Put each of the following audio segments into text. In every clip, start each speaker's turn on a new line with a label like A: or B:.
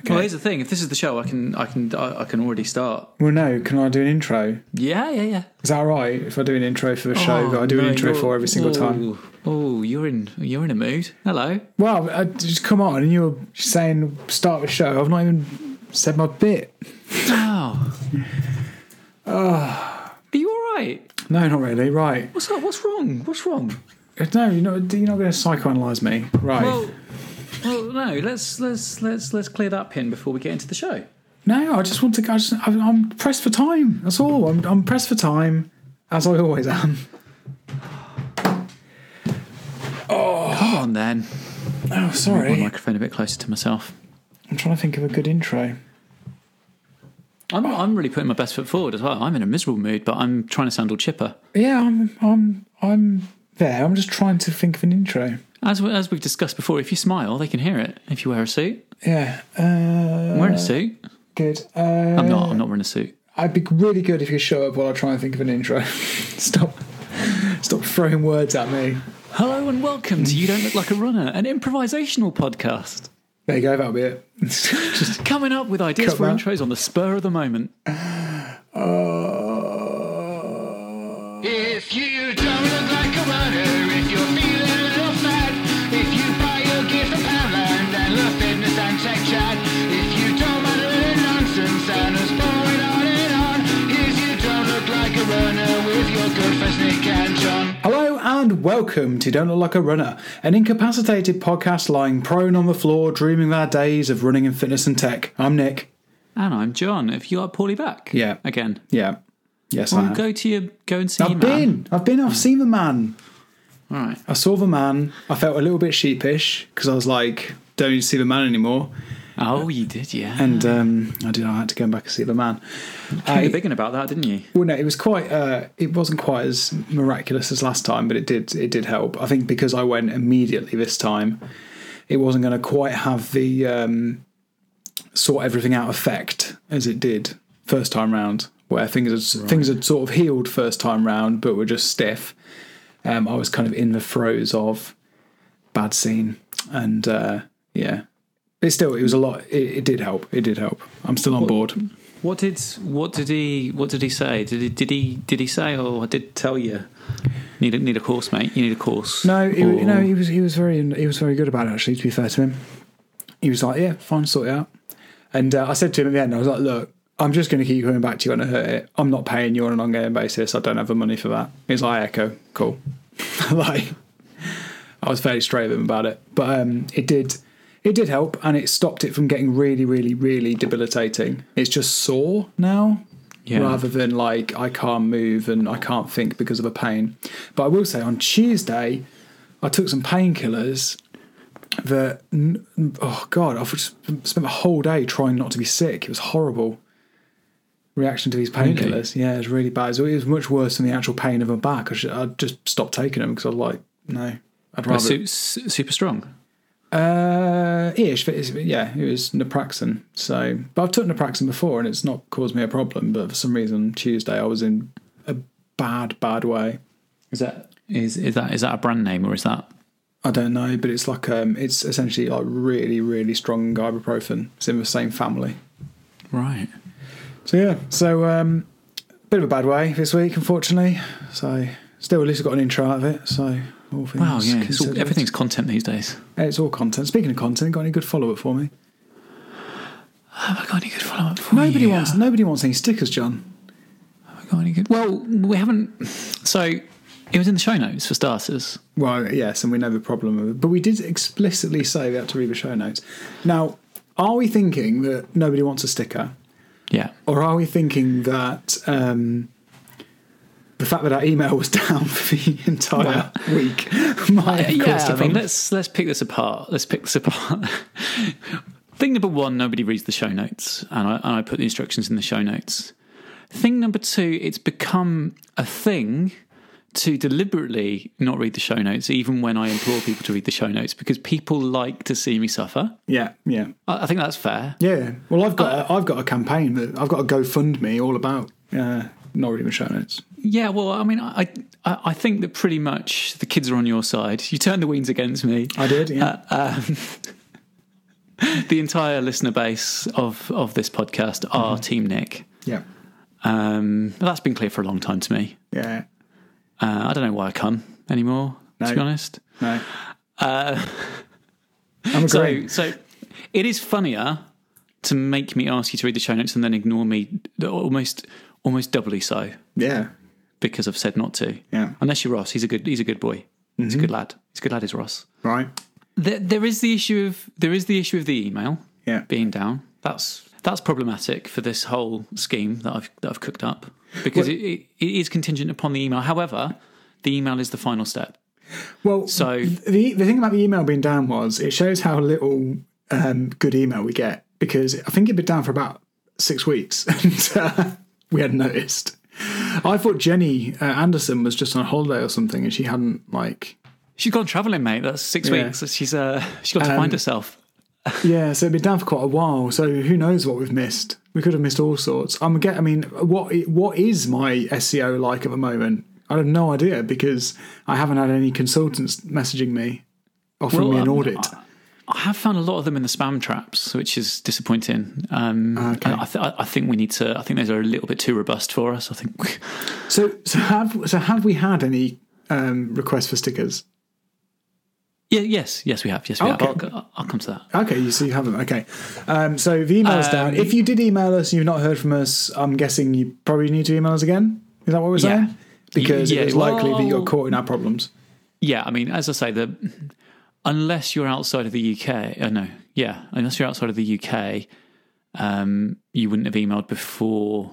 A: Okay.
B: Well, here's the thing. If this is the show, I can, I can, I I can already start.
A: Well, no. Can I do an intro?
B: Yeah, yeah, Oh, yeah.
A: Is that all right if I do an intro for the show that I do an intro for every single time?
B: Oh, you're in, you're in a mood. Hello.
A: Well, I, just come on. And you were saying start the show. I've not even said my bit.
B: Oh.
A: Ah.
B: Are you all right?
A: No, not really. Right. Uh,
B: What's up? What's wrong? What's wrong?
A: No, you're not. You're not going to psychoanalyze me. Right.
B: Well, well, no. Let's let's let's let's clear that pin before we get into the show.
A: no, I just want to. I just, I'm, I'm pressed for time. That's all. I'm, I'm pressed for time, as I always am.
B: Come on, then.
A: Oh,
B: My
A: sorry.
B: microphone a bit closer to myself.
A: I'm trying to think of a good intro.
B: I'm I'm really putting my best foot forward as well. I'm in a miserable mood, but I'm trying to sound all chipper.
A: Yeah, I'm. I'm. I'm there. I'm just trying to think of an intro.
B: As we, as we've discussed before, if you smile, they can hear it. If you wear a suit,
A: Yeah. Uh,
B: I'm wearing a suit.
A: Good. Uh,
B: I'm not. I'm not wearing a suit.
A: I'd be really good if you show up while I try and think of an intro. stop, stop throwing words at me.
B: Hello and welcome to You Don't Look Like a Runner, an improvisational podcast.
A: There you go. That'll be it. Just
B: Coming up with ideas
A: Cut
B: for
A: that.
B: intros on the spur of the moment.
A: uh,
C: If you don't look like a runner, if you're feeling a little fat, if you buy your gear from Poundland and love fitness and tech chat, if you don't mind a little nonsense and it's boring on and on, here's you don't look like a runner with your good friends Nick and John.
A: Hello and welcome to Don't Look Like a Runner, an incapacitated podcast lying prone on the floor, dreaming of our days of running in fitness and tech. I'm Nick.
B: And I'm John. If you are poorly back,
A: Yeah.
B: again,
A: Yeah. Yes, I
B: well,
A: am.
B: go to your go and see your
A: I've
B: man.
A: been. I've been. I've seen the man.
B: All right.
A: I saw the man. I felt a little bit sheepish because I was like, don't need to see the man anymore.
B: Oh, you did, yeah.
A: And um, I did. I had to go back and see the man.
B: you were
A: I,
B: thinking about that, didn't you?
A: well, no, it was quite. Uh, it wasn't quite as miraculous as last time, but it did. It did help. I think because I went immediately this time, it wasn't going to quite have the um, sort everything out effect as it did first time round, where things had, things had sort of healed first time round, but were just stiff. Um, I was kind of in the throes of bad scene, and uh, yeah, it still it was a lot. It, it did help. It did help. I'm still on board.
B: What did what did he what did he say? Did he did he did he say? Oh, I did tell you. Need a, need a course, mate. You need a course.
A: No, he,
B: Or-
A: no, he was he was very he was very good about it actually. To be fair to him, he was like, "Yeah, fine, sort it out." And uh, I said to him at the end, I was like, "Look, I'm just going to keep coming back to you when I hurt it. I'm not paying you on an ongoing basis. I don't have the money for that." He's like, "Echo, cool." like, I was fairly straight with him about it, but um, it did it did help, and it stopped it from getting really, really, really debilitating. It's just sore now,
B: Yeah.
A: rather than like I can't move and I can't think because of a pain. But I will say on Tuesday, I took some painkillers that, n- oh God, I've just spent the whole day trying not to be sick. It was horrible. Reaction to these painkillers. Yeah, it was really bad. It was- it was much worse than the actual pain of my back. I, should, I just stopped taking them because I was like, no, I'd rather.
B: Su- su- super strong.
A: Uh, ish, but it's, yeah, it was naproxen. So, but I've took naproxen before, and it's not caused me a problem. But for some reason, Tuesday I was in a bad, bad way.
B: Is that is is that is that a brand name or is that
A: I don't know, but it's like um, it's essentially like really, really strong ibuprofen. It's in the same family.
B: right?
A: So yeah, so um, bit of a bad way this week, unfortunately. So still, at least I got an intro out of it. So all things
B: Wow, yeah. It's all,
A: considered.
B: everything's content these days.
A: it's all content. Speaking of content, got any good follow up for me?
B: Have I got any good follow up?
A: Nobody wants nobody wants any stickers, John.
B: Have I got any good? Well, we haven't. So it was in the show notes for starters.
A: Well, yes, and we know the problem of it. But we did explicitly say we had to read the show notes. Now, are we thinking that nobody wants a sticker?
B: Yeah.
A: Or are we thinking that um, the fact that our email was down for the entire week might have
B: yeah,
A: caused
B: I
A: a
B: mean,
A: problem?
B: let's let's pick this apart. Let's pick this apart. Thing number one: nobody reads the show notes, and I, and I put the instructions in the show notes. Thing number two: it's become a thing to deliberately not read the show notes, even when I implore people to read the show notes, because people like to see me suffer.
A: yeah, yeah,
B: I, I think that's fair.
A: yeah. Well, I've got a, I've got a campaign that I've got a GoFundMe all about uh, not reading the show notes.
B: Yeah, well, I mean, I I, I think that pretty Uh, much the kids are on your side. You turned the wings against me.
A: I did, yeah.
B: Uh, um, the entire listener base of of this podcast are
A: Mm-hmm.
B: Team Nick.
A: Yeah.
B: Um, but that's been clear for a long time to me.
A: Yeah.
B: Uh, I don't know why I come anymore.
A: No.
B: To be honest,
A: No. I'm agreeing.
B: uh, So, so it is funnier to make me ask you to read the show notes and then ignore me, almost almost doubly so
A: yeah.
B: because I've said not to.
A: Yeah. Mm-hmm.
B: Unless you're Ross, he's a good he's a good boy. He's a good lad. He's a good lad. Is Ross?
A: Right.
B: There, there is the issue of there is the issue of the email
A: Yeah.
B: being down. That's that's problematic for this whole scheme that I've that I've cooked up because it, it, it is contingent upon the email. However, the email is the final step.
A: Well,
B: So
A: the the thing about the email being down was it shows how little um, good email we get because I think it'd been down for about six weeks and uh, we hadn't noticed. I thought Jenny uh, Anderson was just on holiday or something and she hadn't like
B: she's gone travelling, mate. That's six
A: Yeah. Um,
B: weeks. She's uh she's got to find herself.
A: yeah. So it'd been down for quite a while. So who knows what we've missed? We could have missed all sorts. I'm get. I mean, what i- what is my SEO like at the moment? I have no idea because I haven't had any consultants messaging me offering
B: Well,
A: me an
B: um,
A: audit.
B: I have found a lot of them in the spam traps, which is disappointing. Um,
A: Okay.
B: I, I th- I think we need to. I think those are a little bit too robust for us. I think
A: So, so have so have we had any um, requests for stickers?
B: Yeah, yes, yes, we have. Yes, we have.
A: Okay.
B: I'll, I'll come to that.
A: Okay, you see, you haven't. Okay, um, so the email's down. If you did email us and you've not heard from us, I'm guessing you probably need to email us again. Is that what we're
B: Yeah.
A: saying? Because
B: Yeah,
A: it was likely that you
B: well-
A: got caught in our problems.
B: Yeah, I mean, as I say, the unless you're outside of the UK, oh no, yeah, unless you're outside of the UK, um, you wouldn't have emailed before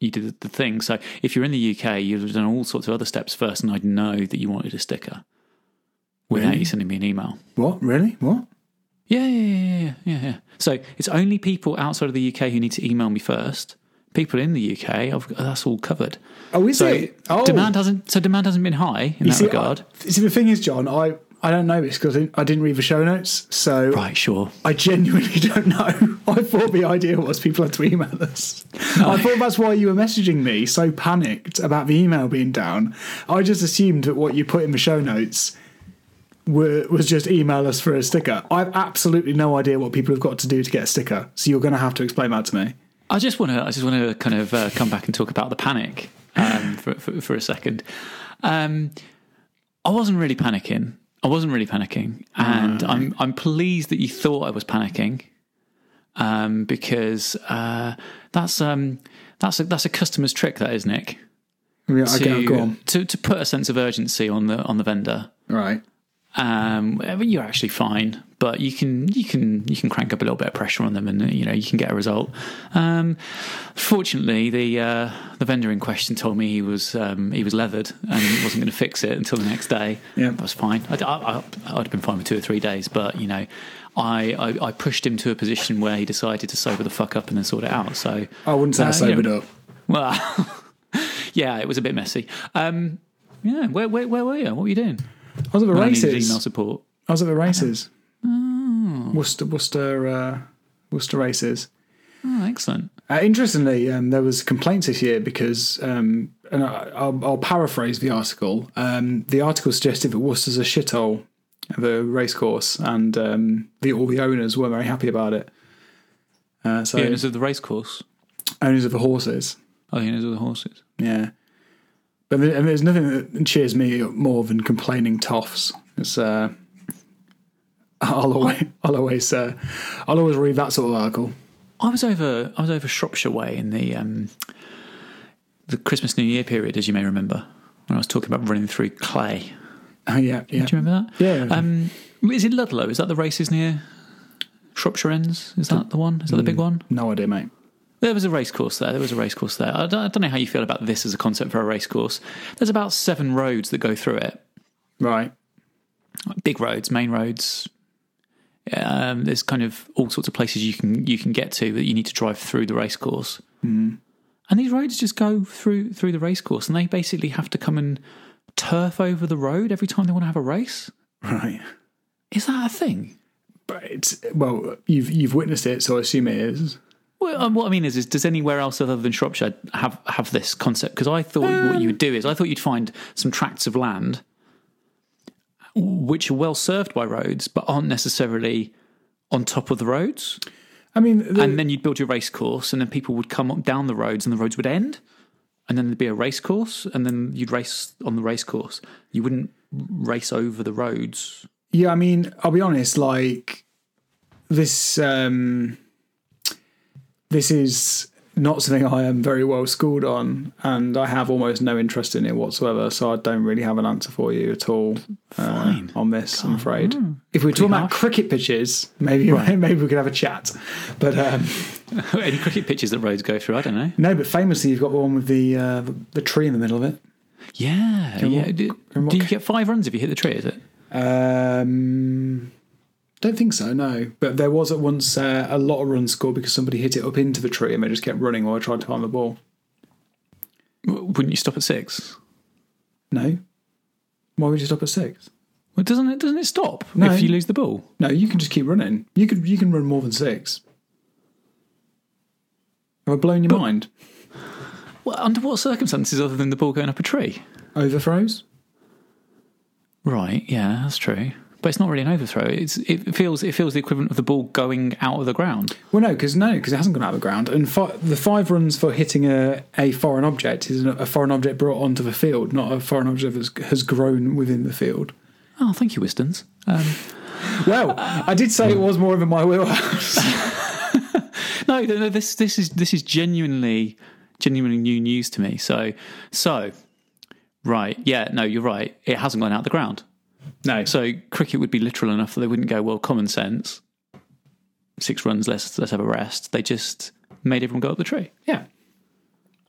B: you did the thing. So if you're in the UK, you'd have done all sorts of other steps first, and I'd know that you wanted a sticker without you sending me an email.
A: What really? What?
B: Yeah, yeah, yeah, yeah, yeah, yeah. So it's only people outside of the UK who need to email me first. People in the UK, I've, that's all covered.
A: Oh, is
B: So
A: it? Oh,
B: demand hasn't so demand hasn't been high in
A: You
B: that
A: see,
B: regard.
A: I- see, the thing is, John, I I don't know this because I didn't read the show notes, so
B: right, sure.
A: I genuinely don't know. I thought the idea was people had to email us. I thought that's why you were messaging me so panicked about the email being down. I just assumed that what you put in the show notes were, was just email us for a sticker. I've absolutely no idea what people have got to do to get a sticker. So you're going to have to explain that to me.
B: I just want to I just want to kind of uh, come back and talk about the panic um, for, for for a second. Um, I wasn't really panicking. I wasn't really panicking, and I'm I'm pleased that you thought I was panicking, um, because uh, that's um that's a, that's a customer's trick, that is Nick.
A: Yeah, okay, go
B: to,
A: on.
B: to to put a sense of urgency on the on the vendor.
A: Right.
B: Um, I mean, you're actually fine, but you can you can you can crank up a little bit of pressure on them, and you know you can get a result. Um, fortunately, the uh, the vendor in question told me he was um, he was leathered and wasn't going to fix it until the next day.
A: Yeah.
B: that was fine. I'd, I, I, I'd have been fine with two or three days, but you know, I, I I pushed him to a position where he decided to sober the fuck up and then sort it out. So
A: I wouldn't say I
B: Uh,
A: sobered
B: yeah.
A: up.
B: well, yeah, it was a bit messy. Um, yeah, where, where, where were you? What were you doing?
A: I was at the
B: I needed
A: races.
B: email support.
A: I was at the races. Worcester, Worcester, uh, Worcester races.
B: Oh, excellent.
A: Uh, interestingly, um, there was complaints this year because, um, and I, I'll, I'll paraphrase the article. Um, the article suggested that Worcester's a shithole, the racecourse, and um, the, all the owners weren't very happy about it. Uh, so
B: The owners of the race course.
A: owners of the horses,
B: Oh, the owners of the horses.
A: yeah. But there- and there's nothing that cheers me up more than complaining toffs. It's uh, I'll always, I'll always, uh, I'll always read that sort of article.
B: I was over. I was over Shropshire way in the um, the Christmas New Year period, as you may remember, when I was talking about running through clay.
A: Uh, yeah, yeah.
B: Do you remember that?
A: Yeah.
B: Um, is it Ludlow? Is that the races near Shropshire Ends? Is that the one? Is that the big one?
A: No idea, mate.
B: There was a race course there. There was a race course there. I don't, I don't know how you feel about this as a concept for a race course. There's about seven roads that go through it.
A: Right.
B: big roads, main roads. Um, there's kind of all sorts of places you can you can get to that you need to drive through the race course. And these roads just go through through the race course, and they basically have to come and turf over the road every time they want to have a race.
A: Right.
B: Is that a thing?
A: But it's well, you've you've witnessed it, so I assume it is.
B: Well, um, what I mean is, is does anywhere else other than Shropshire have have this concept? Because I thought what you would do is, I thought you'd find some tracts of land which are well served by roads, but aren't necessarily on top of the roads,
A: I mean, the,
B: and then you'd build your race course, and then people would come up down the roads, and the roads would end, and then there'd be a race course, and then you'd race on the race course. You wouldn't race over the roads.
A: yeah, I mean, I'll be honest. Like this, um, this is not something I am very well schooled on, and I have almost no interest in it whatsoever. So I don't really have an answer for you at all uh, on this. I'm afraid. If we're talking about
B: harsh.
A: cricket pitches, maybe maybe we could have a chat. But um,
B: Any cricket pitches that roads go through, I don't know.
A: no, but famously, you've got the one with the uh, the tree in the middle of it.
B: Yeah, yeah.
A: what-
B: Do,
A: and what-
B: do you get five runs if you hit the tree? Is it?
A: Um, don't think so, no. But there was at once uh, a lot of runs scored because somebody hit it up into the tree and they just kept running while I tried to find the ball.
B: W- Wouldn't you stop at six?
A: No. Why would you stop at six?
B: Well, doesn't it? Doesn't it stop
A: No.
B: if you lose the ball?
A: No, you can just keep running. You could you can run more than six. Have I blown your mind?
B: Well, under what circumstances other than the ball going up a tree?
A: Overthrows?
B: Right. Yeah, that's true. But it's not really an overthrow. It's it feels it feels the equivalent of the ball going out of the ground.
A: Well, no, because no, because it hasn't gone out of the ground. And fi- the five runs for hitting a, a foreign object is a foreign object brought onto the field, not a foreign object that has grown within the field.
B: Oh, thank you, Wistons. Um,
A: Well, I did say it was more of in my wheelhouse.
B: no, no, no, this this is this is genuinely genuinely new news to me. So so right. Yeah. No, you're right. It hasn't gone out of the ground.
A: No, so
B: So cricket would be literal enough that they wouldn't go, well, common sense, six runs, let's, let's have a rest. They just made everyone go up the tree.
A: yeah,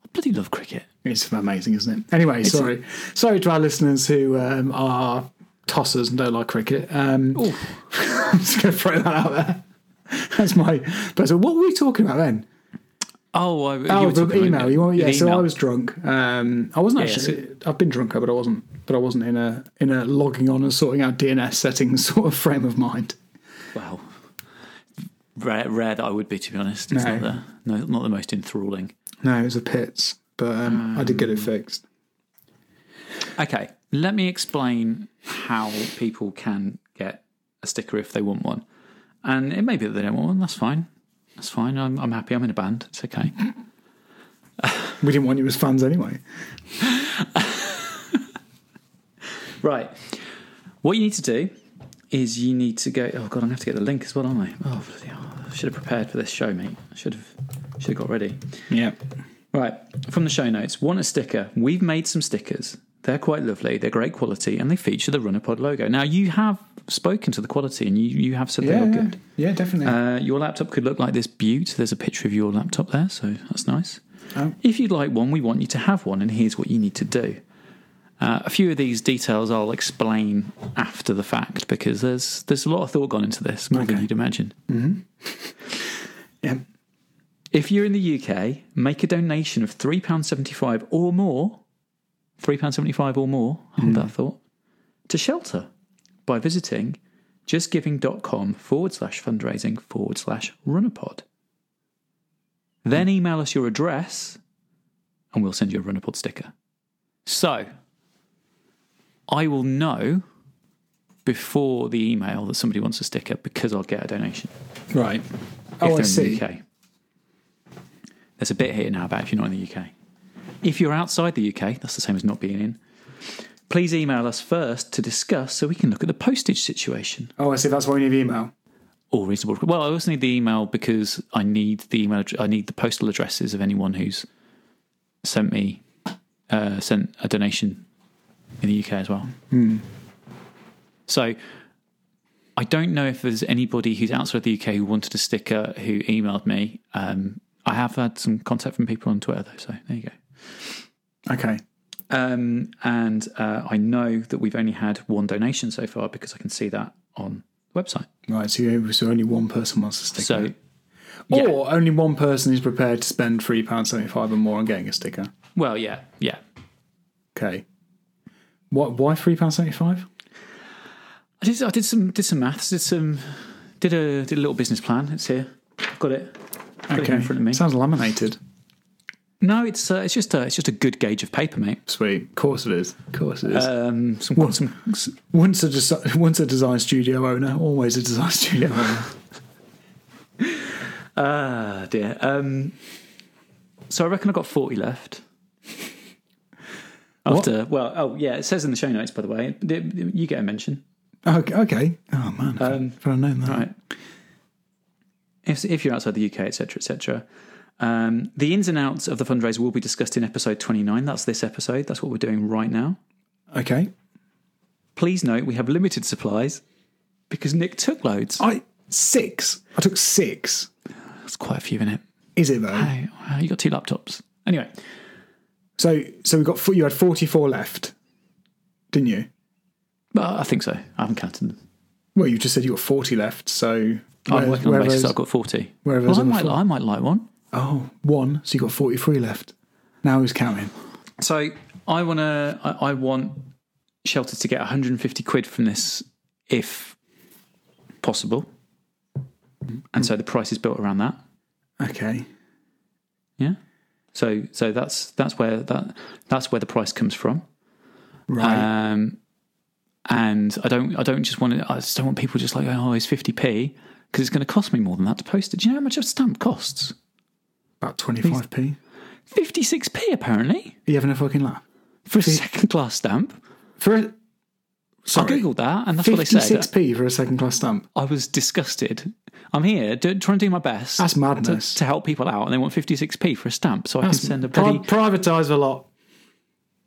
B: I bloody love cricket.
A: it's amazing, isn't it? Anyway, sorry, sorry to our listeners who um, are tossers and don't like cricket. Um,
B: Oh,
A: I'm just going to throw that out there. That's my. But so what were we talking about then?
B: oh, I, you
A: Oh,
B: were
A: the
B: talking
A: email.
B: about
A: You want,
B: the
A: yeah, so I
B: email.
A: was drunk. Um, I wasn't actually. I've been drunker, but I wasn't. But I wasn't in a in a logging on and sorting out DNS settings sort of frame of mind.
B: Wow. Rare, rare that I would be, to be honest. It's
A: No.
B: not, the, no, not the most enthralling.
A: No, it was the pits, but um, I did get it fixed.
B: Okay, let me explain how people can get a sticker if they want one. And it may be that they don't want one, that's fine. That's fine. I'm, I'm happy. I'm in a band. It's okay.
A: We didn't want you as fans anyway.
B: Right. What you need to do is you need to go. Oh god, I'm gonna have to get the link as well, aren't I? Oh, bloody hell. I should have prepared for this show, mate. I should have should have got ready.
A: Yeah.
B: Right from the show notes. Want a sticker? We've made some stickers. They're quite lovely. They're great quality, and they feature the Runnerpod logo. Now you have spoken to the quality, and you you have said they
A: Yeah.
B: are
A: Yeah,
B: good.
A: yeah definitely.
B: Uh, your laptop could look like this butte. There's a picture of your laptop there, so that's nice.
A: Oh.
B: If you'd like one, we want you to have one, and here's what you need to do. Uh, a few of these details I'll explain after the fact because there's there's a lot of thought gone into this, more than
A: Okay.
B: you'd imagine.
A: yeah.
B: If you're in the UK, make a donation of £3.75 or more, £3.75 or more, hold that thought, to shelter by visiting justgiving.com forward slash fundraising forward slash runnerpod. Then email us your address and we'll send you a runnerpod sticker. So I will know before the email that somebody wants a sticker because I'll get a donation
A: Right.
B: if
A: Oh, I
B: they're in
A: see.
B: the UK. There's a bit here now about if you're not in the UK. If you're outside the UK, that's the same as not being in. Please email us first to discuss so we can look at the postage situation.
A: Oh, I see. That's why we need the email.
B: Or reasonable. Well, I also need the email because I need the email. I need the postal addresses of anyone who's sent me uh, sent a donation in the UK as well. So I don't know if there's anybody who's outside the UK who wanted a sticker who emailed me. Um, I have had some contact from people on Twitter though, so there you go.
A: Okay.
B: Um, and uh, I know that we've only had one donation so far because I can see that on the website.
A: Right. So, you, so only one person wants a sticker.
B: So, yeah.
A: or only one person is prepared to spend three pounds seventy-five or more on getting a sticker.
B: well, yeah, yeah.
A: Okay. What? Why three pounds seventy-five?
B: I did, I did some did some er maths, did some did a did a er little business plan. It's here. Got it. Got it here in front of me.
A: Sounds laminated.
B: no, it's uh, it's just a, it's just a good gauge of paper, mate.
A: Sweet. Of course it is. Of course it is.
B: Um, some some
A: once a desi- once a design studio owner, always a design studio owner.
B: Ah, dear. Um, so I reckon I've got 40 left. After, well, oh, yeah, it says in the show notes, by the way. You get a mention.
A: Okay. okay. Oh man, if I-
B: Um,
A: if I'd known that.
B: Right. If, if you're outside the UK, etc., etc., um, the ins and outs of the fundraiser will be discussed in episode 29. That's this episode. That's what we're doing right now.
A: Okay.
B: Please note we have limited supplies because Nick took loads.
A: I six. I took six.
B: That's quite a few in it.
A: Is it though?
B: Hey, wow, you got two laptops. Anyway,
A: So so we got four, you had forty four left, didn't you?
B: but I think so. I haven't counted them.
A: Well, you just said you got forty left. So
B: I'm
A: where-
B: working on the basis
A: whereas-
B: that I've got 40.
A: wherever
B: Well,
A: is
B: I
A: on the
B: might,
A: floor.
B: I might like one.
A: oh one. So you got forty three left. Now who's counting?
B: So I want to. I, I want Shelter to get 150 quid from this, if possible. And so the price is built around that.
A: Okay.
B: Yeah. So so that's that's where that that's where the price comes from.
A: Right.
B: Um, and I don't I don't just want to. I just don't want people just like oh it's 50p because it's going to cost me more than that to post it. Do you know how much a stamp costs?
A: About twenty five p.
B: 56p apparently
A: Are you having a fucking laugh?
B: for a second class stamp.
A: For a,
B: I
A: sorry,
B: googled that and that's what they
A: fifty
B: said.
A: six p for a second class stamp.
B: I was disgusted. I'm here do, trying to do my best
A: That's madness.
B: to help people out, and they want 56p for a stamp, so I can send a
A: Pri-
B: bloody.
A: privatise a lot.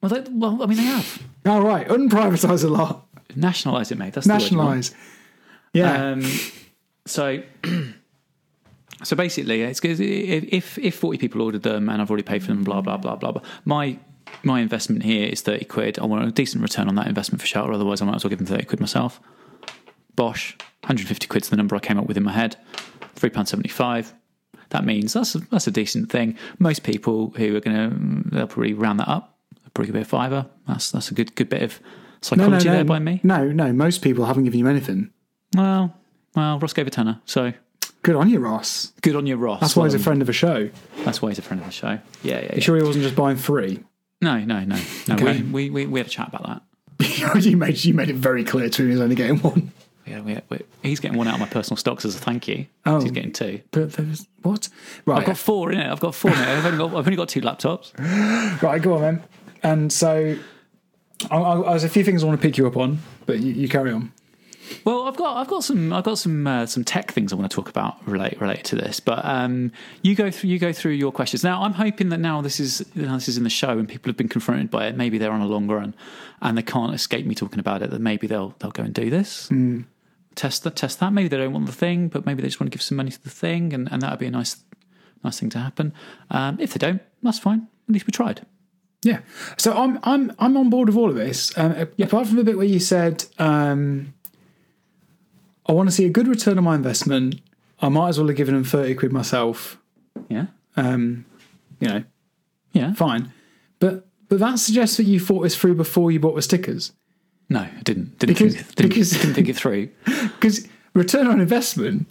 B: well, they, well, I mean, they have
A: All right, unprivatise a lot.
B: nationalise it, mate. That's
A: Nationalise.
B: The
A: Yeah.
B: word you want. um, so, so basically, it's 'cause if if- if 40 people ordered them and I've already paid for them, blah blah blah blah blah. My my investment here is 30 quid. I want a decent return on that investment for shelter. Otherwise, I might as well give them 30 quid myself. Bosh, 150 quid's the number I came up with in my head. Three pound 75. that means that's a, that's a decent thing. Most people who are going to they'll probably round that up, probably give it a fiver. That's that's a good good bit of
A: no, no,
B: psychology
A: no.
B: there by me.
A: No, no. Most people haven't given you anything.
B: Well, well, Ross gave a tenner, so
A: Good on you, Ross.
B: good on you, Ross.
A: That's why
B: Well
A: he's a
B: done.
A: friend of a show.
B: That's why he's a friend of the show. Yeah, yeah. yeah.
A: You sure he wasn't just buying three?
B: No, no, no, no.
A: Okay.
B: We, we we we had a chat about that.
A: you made you made it very clear to him he's only getting one.
B: Yeah, we, we, he's getting one out of my personal stocks as a thank you.
A: Oh.
B: He's getting two.
A: But there was what? Oh, Right,
B: I've got four in it. I've got four. Mate. I've only got I've only got two laptops.
A: right. Go on then. And so, I, I, there's a few things I want to pick you up on, but you, you carry on.
B: Well, I've got I've got some I've got some uh, some tech things I want to talk about relate related to this. But um, you go through you go through your questions now. I'm hoping that now this is now this is in the show and people have been confronted by it. Maybe they're on a long run and they can't escape me talking about it. That maybe they'll they'll go and do this.
A: Mm.
B: Test that test that. Maybe they don't want the thing, but maybe they just want to give some money to the thing, and, and that would be a nice nice thing to happen. Um, if they don't, that's fine. At least we tried.
A: Yeah. So I'm I'm I'm on board with all of this. Um, Apart from the bit where you said, um, I want to see a good return on my investment. I might as well have given him thirty quid myself.
B: Yeah.
A: Um, you know,
B: Yeah.
A: fine. But but that suggests that you thought this through before you bought the stickers.
B: No, I didn't. Didn't,
A: Because-
B: think, didn't,
A: because-
B: didn't think it through.
A: Because return on investment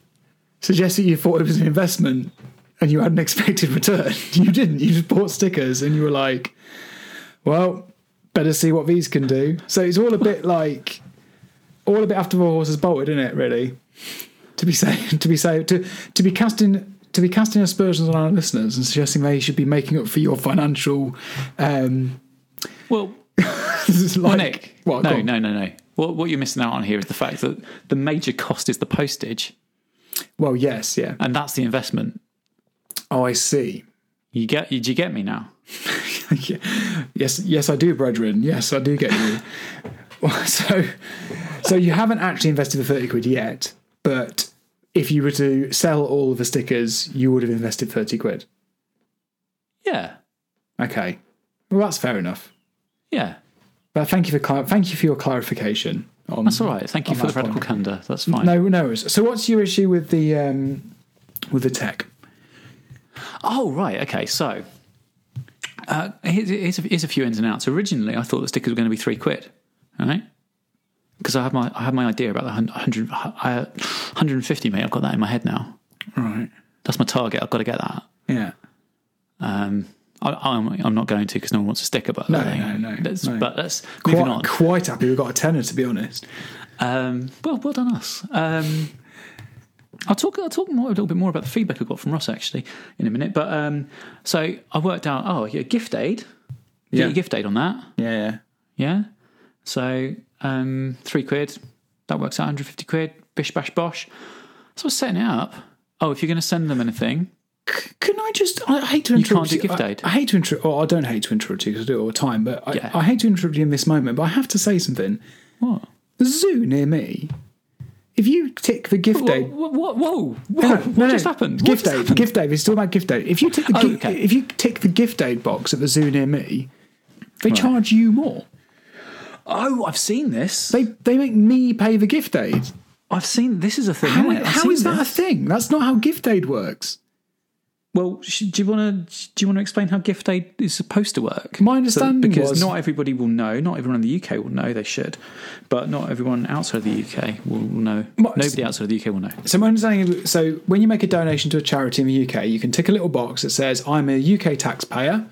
A: suggests that you thought it was an investment and you had an expected return. You didn't. You just bought stickers and you were like, well, better see what these can do. So it's all a bit like, all a bit after the horse has bolted, isn't it? Really, to be saying, to be saying, to to be casting. To be casting aspersions on our listeners and suggesting they should be making up for your financial, um,
B: Well,
A: this is like
B: Well, Nick,
A: What, go
B: no,
A: on.
B: no, no, no. What, what you're missing out on here is the fact that the major cost is the postage,
A: Well, yes, yeah.
B: and that's the investment.
A: Oh, I see.
B: You get? Do you get me now?
A: Yeah. Yes, yes, I do, brethren. Yes, I do get you. Well, so, so you haven't actually invested the thirty quid yet, but if you were to sell all of the stickers, you would have invested thirty quid.
B: Yeah,
A: Okay, well that's fair enough.
B: yeah.
A: But thank you for cla thank you for your clarification. On,
B: That's all right. Thank you
A: On
B: for the
A: that
B: radical
A: point.
B: candor. That's fine.
A: No, no. worries. So, what's your issue with the um, with the tech?
B: Oh, right. Okay. So uh, here's, here's, a, here's a few ins and outs. Originally, I thought the stickers were going to be three quid, all right? Because I had my I had my idea about the hun- 100, I- 150, mate. I've got that in my head now.
A: Right.
B: That's my target. I've got to get that.
A: Yeah.
B: Um, I, I'm, I'm not going to because no one wants a sticker. But
A: No,
B: I think-
A: no, no,
B: Let's,
A: no.
B: But let's moving on.
A: Quite, quite happy. We got a tenner, to be honest.
B: Um, well, well done us. Um, I'll talk. I'll talk more, a little bit more about the feedback I got from Ross actually in a minute. But um, so I worked out. Oh, yeah, gift aid. Get
A: Yeah.
B: your gift aid on that.
A: Yeah, yeah.
B: Yeah. So um, three quid. That works out 150 quid. Bish bash bosh. So I was setting it up. Oh, if you're going to send them anything,
A: C- Can I just? I I hate to interrupt
B: do gift
A: I-
B: aid.
A: I, hate to interrupt. Well, I don't hate to interrupt you because I do it all the time. But I,
B: Yeah.
A: I hate to interrupt you in this moment. But I have to say something.
B: what?
A: The zoo near me. If you tick the gift
B: Whoa,
A: aid,
B: whoa, whoa, whoa, whoa.
A: No, no,
B: what
A: no,
B: just
A: no.
B: happened? What
A: Gift
B: just
A: aid.
B: happened?
A: Gift aid. We're still about gift aid. If you tick the
B: Oh,
A: gi-
B: okay.
A: if you tick the gift aid box at the zoo near me, they charge you more.
B: Oh, I've seen this.
A: They they make me pay the gift aid.
B: I've seen this is a thing.
A: How,
B: isn't it? I've
A: how
B: seen
A: is that
B: this.
A: a thing? That's not how gift aid works.
B: Well, sh- do you want to do you want to explain how gift aid is supposed to work?
A: My understanding
B: because
A: was-
B: not everybody will know. Not everyone in the UK will know. They should, but not everyone outside of the UK will know.
A: Well,
B: Nobody outside of the UK will know.
A: So my understanding, so when you make a donation to a charity in the UK, you can tick a little box that says I'm a UK taxpayer,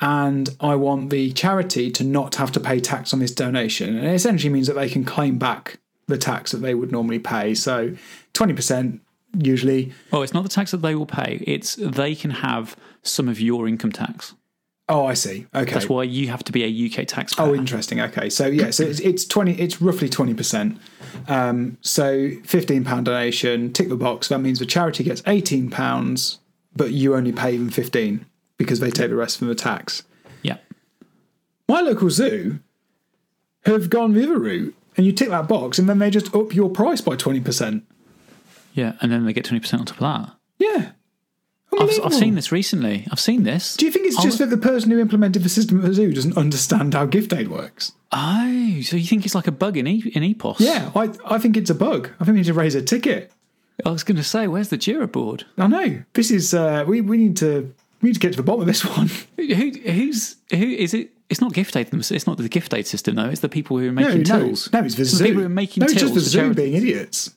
A: and I want the charity to not have to pay tax on this donation, and it essentially means that they can claim back the tax that they would normally pay. So twenty percent usually.
B: Oh, it's not the tax that they will pay. It's they can have some of your income tax.
A: Oh, I see. Okay.
B: That's why you have to be a UK taxpayer.
A: Oh, interesting. Okay, so yeah, so it's, it's twenty. It's roughly twenty percent. Um, so fifteen pound donation, tick the box. That means the charity gets eighteen pounds, but you only pay them fifteen because they take the rest from the tax.
B: yeah.
A: My local zoo have gone the other route, and you tick that box, and then they just up your price by twenty percent.
B: Yeah, and then they get twenty percent on top of that.
A: Yeah,
B: I've,
A: Unbelievable.
B: I've seen this recently. I've seen this.
A: Do you think it's just that the person who implemented the system at the zoo doesn't understand how gift aid works?
B: oh, so you think it's like a bug in, e- in EPOS?
A: Yeah, I, I think it's a bug. I think we need to raise a ticket.
B: I was going to say, where's the Jira board?
A: I know. This is uh, we we need to we need to get to the bottom of this one.
B: Who, who's who is it? It's not gift aid. It's not the gift aid system though. It's the people who are
A: No,
B: making
A: no,
B: tills.
A: no, it's the
B: It's
A: zoo.
B: the people who are making
A: no, it's just the
B: tills for
A: zoo
B: charity.
A: being idiots.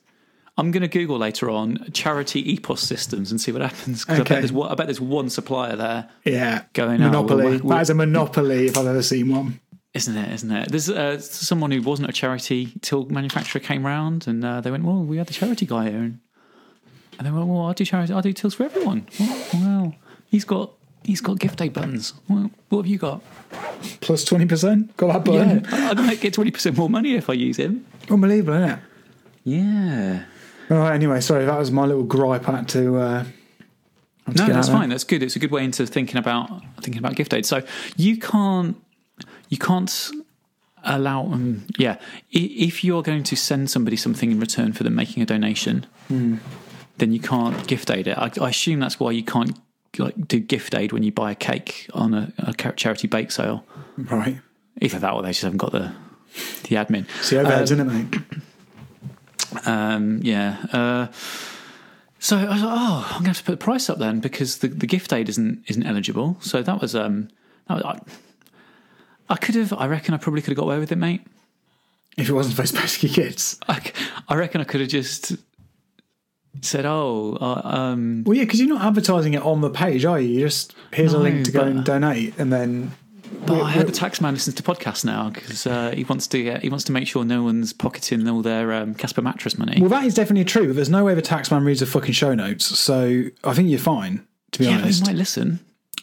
B: I'm going to Google later on charity EPOS systems and see what happens. 'cause I
A: Okay.
B: bet there's one, I bet there's one supplier there,
A: Yeah,
B: Going, oh, well,
A: monopoly.
B: we-
A: that is a monopoly if I've ever seen one.
B: isn't there? Isn't there? There's uh, someone who wasn't a charity till manufacturer came round and uh, they went, "Well, we had the charity guy here," and, and they went, "Well, I do charity. I do tills for everyone." Well, well he's got he's got gift aid buttons. Well, what have you got?
A: Plus twenty percent. Got that
B: Yeah,
A: button.
B: I, I might get twenty percent more money if I use him.
A: Unbelievable, isn't it?
B: Yeah.
A: All right. Anyway, sorry. That was my little gripe. I had to. Uh,
B: No,
A: get
B: that's
A: out there.
B: fine. That's good. It's a good way into thinking about thinking about gift aid. So you can't you can't allow um, yeah I- if you're going to send somebody something in return for them making a donation,
A: Hmm.
B: then you can't gift aid it. I, I assume that's why you can't like do gift aid when you buy a cake on a, a ca- charity bake sale.
A: right.
B: Either that or they just haven't got the the admin.
A: See how bad's in it, mate.
B: Um, yeah. Uh, so I was like, oh, I'm going to have to put the price up then because the, the gift aid isn't isn't eligible. So that was um, that was, I, I could have, I reckon, I probably could have got away with it, mate.
A: If it wasn't for those pesky kids.
B: I, c- I reckon I could have just said, oh, uh, um,
A: Well, yeah, because you're not advertising it on the page, are you? You just here's a
B: No,
A: link to go
B: but-
A: and donate, and then.
B: but I heard the tax man listens to podcasts now because uh, he wants to uh, he wants to make sure no one's pocketing all their um, Casper mattress money.
A: Well, that is definitely true. But there's no way the taxman reads the fucking show notes, so I think you're fine. To be
B: yeah, but
A: honest,
B: he might listen.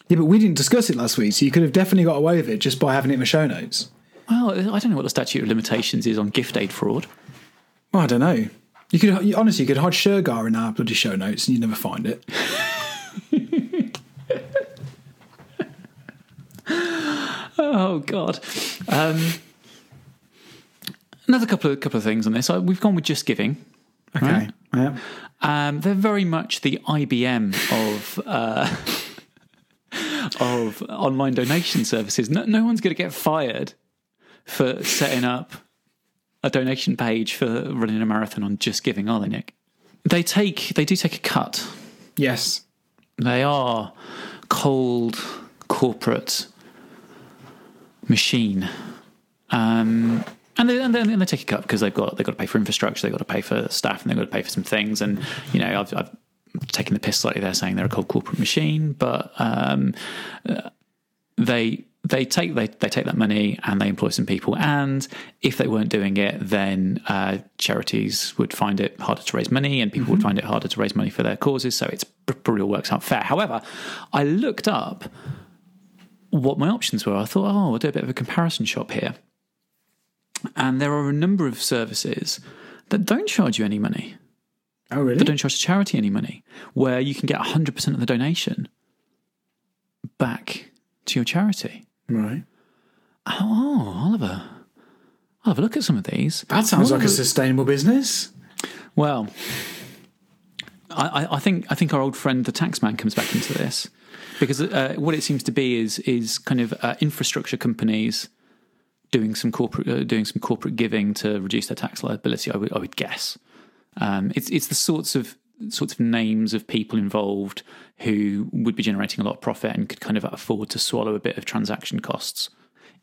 A: Yeah, but we didn't discuss it last week, so you could have definitely got away with it just by having it in the show notes.
B: Well, I don't know what the statute of limitations is on gift aid fraud.
A: Well, I don't know. You could you, honestly, you could hide Shergar in our bloody show notes, and you never find it.
B: Oh God. Um, another couple of couple of things on this. Uh, We've gone with Just Giving.
A: Okay.
B: Right.
A: Yeah.
B: Um, they're very much the IBM of uh, of online donation services. No, no one's going to get fired for setting up a donation page for running a marathon on Just Giving, are they, Nick? They take they do take a cut.
A: Yes.
B: They are cold corporate machine. Um, and they, and, they, and they take a cut because they've got they've got to pay for infrastructure, they've got to pay for staff, and they've got to pay for some things. And you know, I've, I've taken the piss slightly there, saying they're a cold corporate machine, but um, uh, they they take they, they take that money and they employ some people. And if they weren't doing it, then uh, charities would find it harder to raise money, and people would find it harder to raise money for their causes. So it's probably all works out fair. However, I looked up what my options were. I thought, oh, I'll do a bit of a comparison shop here. And there are a number of services that don't charge you any money.
A: Oh,
B: They
A: really?
B: don't charge the charity any money, where you can get 100% of the donation back to your charity.
A: Right.
B: Oh, Oliver, I'll have a look at some of these.
A: That sounds
B: One
A: like a
B: of the-
A: sustainable business.
B: Well, I, I- I think I think our old friend the taxman comes back into this because uh, what it seems to be is is kind of uh, infrastructure companies doing some corporate uh, doing some corporate giving to reduce their tax liability. I would I would guess um, it's it's the sorts of sorts of names of people involved who would be generating a lot of profit and could kind of afford to swallow a bit of transaction costs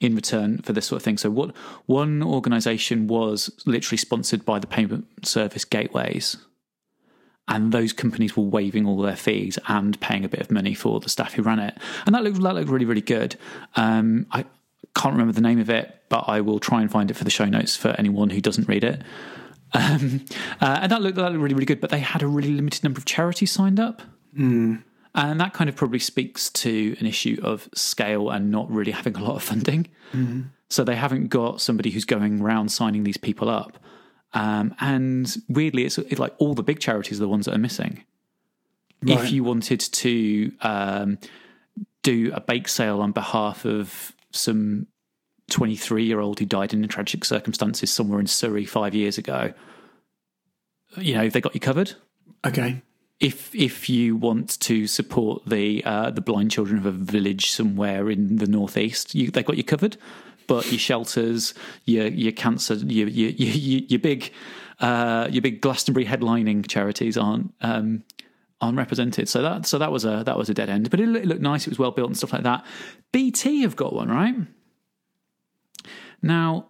B: in return for this sort of thing. So what one organization was literally sponsored by the payment service gateways and those companies were waiving all their fees and paying a bit of money for the staff who ran it. And that looked that looked really really good. Um, I can't remember the name of it, but I will try and find it for the show notes for anyone who doesn't read it. Um, uh, and that looked, that looked really really good. But they had a really limited number of charities signed up. And that kind of probably speaks to an issue of scale and not really having a lot of funding. So they haven't got somebody who's going around signing these people up. Um, and weirdly, it's, it's like all the big charities are the ones that are missing. If
A: Right.
B: you wanted to um, do a bake sale on behalf of some 23 year old who died in tragic circumstances somewhere in Surrey five years ago, you know, they got you covered
A: Okay.
B: if if you want to support the uh, the blind children of a village somewhere in the northeast, you, they've got you covered. But your shelters, your your cancer, your your your, your, your big uh, your big Glastonbury headlining charities aren't um, aren't represented. So that so that was a that was a dead end. But it, loo- it looked nice. It was well built and stuff like that. BT have got one right now.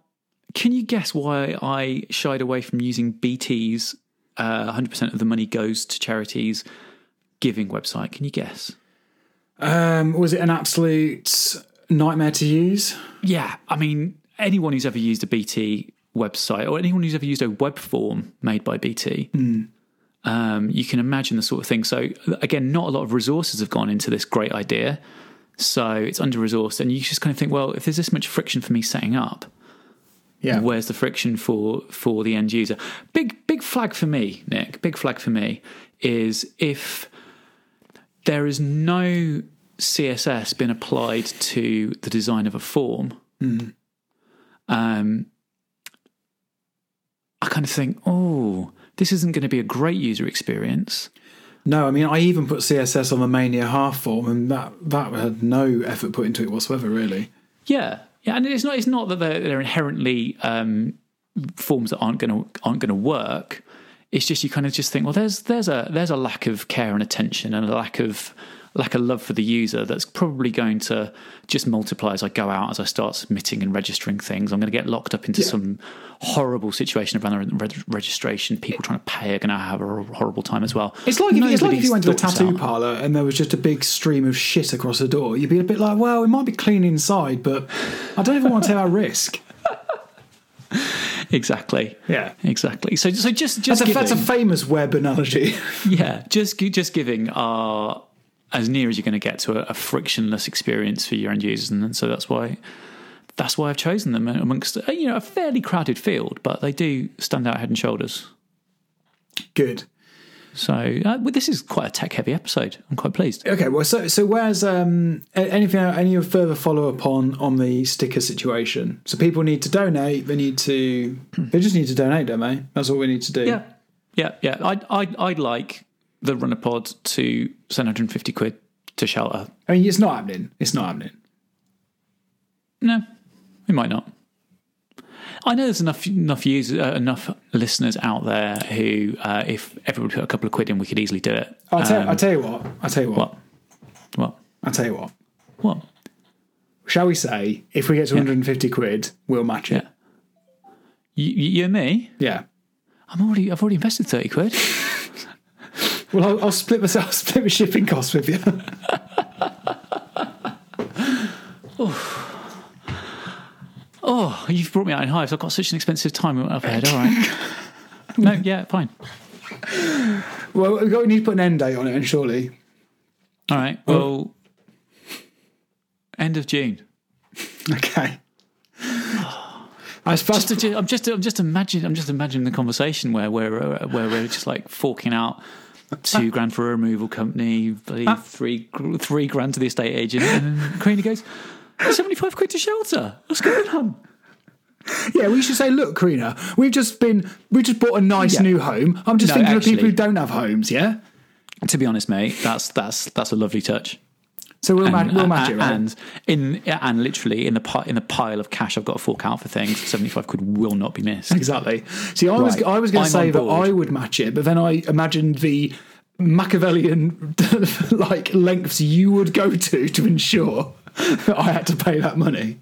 B: Can you guess why I shied away from using BT's uh, 100% of the money goes to charities giving website. Can you guess?
A: Um, was it an absolute nightmare to use?
B: Yeah, I mean, anyone who's ever used a BT website or anyone who's ever used a web form made by BT, um, you can imagine the sort of thing. So, again, not a lot of resources have gone into this great idea. So, it's under resourced. And you just kind of think, well, if there's this much friction for me setting up,
A: Yeah.
B: where's the friction for for the end user big big flag for me nick big flag for me is if there is no css been applied to the design of a form um i kind of think oh this isn't going to be a great user experience
A: No, I mean, I even put CSS on the Mania half form, and that that had no effort put into it whatsoever, really.
B: Yeah, yeah, and it's not it's not that they're, they're inherently um, forms that aren't going to aren't going to work. It's just you kind of just think, well, there's there's a there's a lack of care and attention and a lack of lack of love for the user that's probably going to just multiply as I go out as I start submitting and registering things. I'm going to get locked up into some horrible situation around the reg- registration. People trying to pay are going to have a horrible time as well.
A: It's like if, it's like
B: Nobody's
A: if you went to a
B: thought this
A: tattoo
B: out.
A: parlor and there was just a big stream of shit across the door. You'd be a bit like, well, it might be clean inside, but I don't even want to take that risk.
B: Exactly.
A: Yeah.
B: Exactly. So, so just just
A: That's a, that's a
B: giving-
A: famous web analogy.
B: Yeah, just gi- just giving are as near as you're going to get to a, a frictionless experience for your end users, and so that's why that's why I've chosen them amongst uh, you know a fairly crowded field, but they do stand out head and shoulders.
A: Good.
B: So uh, well, this is quite a tech heavy episode. I'm quite pleased.
A: Okay, well, so so where's um a- anything any further follow up on on the sticker situation? So people need to donate. They need to. They just need to donate, don't they? That's all we need to do.
B: Yeah, yeah, yeah. I'd I'd, I'd like the runner pod to send 150 quid to shelter.
A: I mean, it's not happening. It's not happening.
B: No, we might not. I know there's enough enough users, uh, enough listeners out there who, uh, if everybody put a couple of quid in, we could easily do it.
A: I'll tell, I'll tell you what. I'll tell you Um, what.
B: What? What?
A: I'll tell you what.
B: What?
A: Shall we say if we get to 150 quid, we'll match it?
B: Yeah. You, you you and me?
A: Yeah.
B: I'm already. I've already invested thirty quid.
A: Well, I'll, I'll split the I'll split the shipping costs with you.
B: oh, you've brought me out in hives. I've got such an expensive time up ahead. All right. no, yeah, fine.
A: Well, we got- we need to put an end date on it, and surely.
B: All right. Well, end of June.
A: Okay. I suppose
B: Just, to- I'm just, I'm just imagine, I'm just imagining the conversation where we're, uh, where we're just like forking out two grand for a removal company, bloody three, gr- three grand to the estate agent, and Karina goes, seventy-five quid to shelter. What's going on?
A: yeah, we should say, look, Karina, we've just been, we just bought a nice
B: Yeah.
A: new home. I'm just
B: No,
A: thinking of people
B: actually-
A: who don't have homes. Yeah.
B: To be honest, mate, that's that's that's a lovely touch.
A: So we'll, ma-
B: and,
A: we'll match
B: and-
A: it, right?
B: and in yeah, and literally in the pi- in the pile of cash I've got to fork out for things, seventy five quid will not be missed.
A: Exactly. See, I was
B: Right.
A: I was going
B: I'm
A: to say
B: on
A: that
B: board.
A: I would match it, but then I imagined the Machiavellian like lengths you would go to to ensure that I had to pay that money.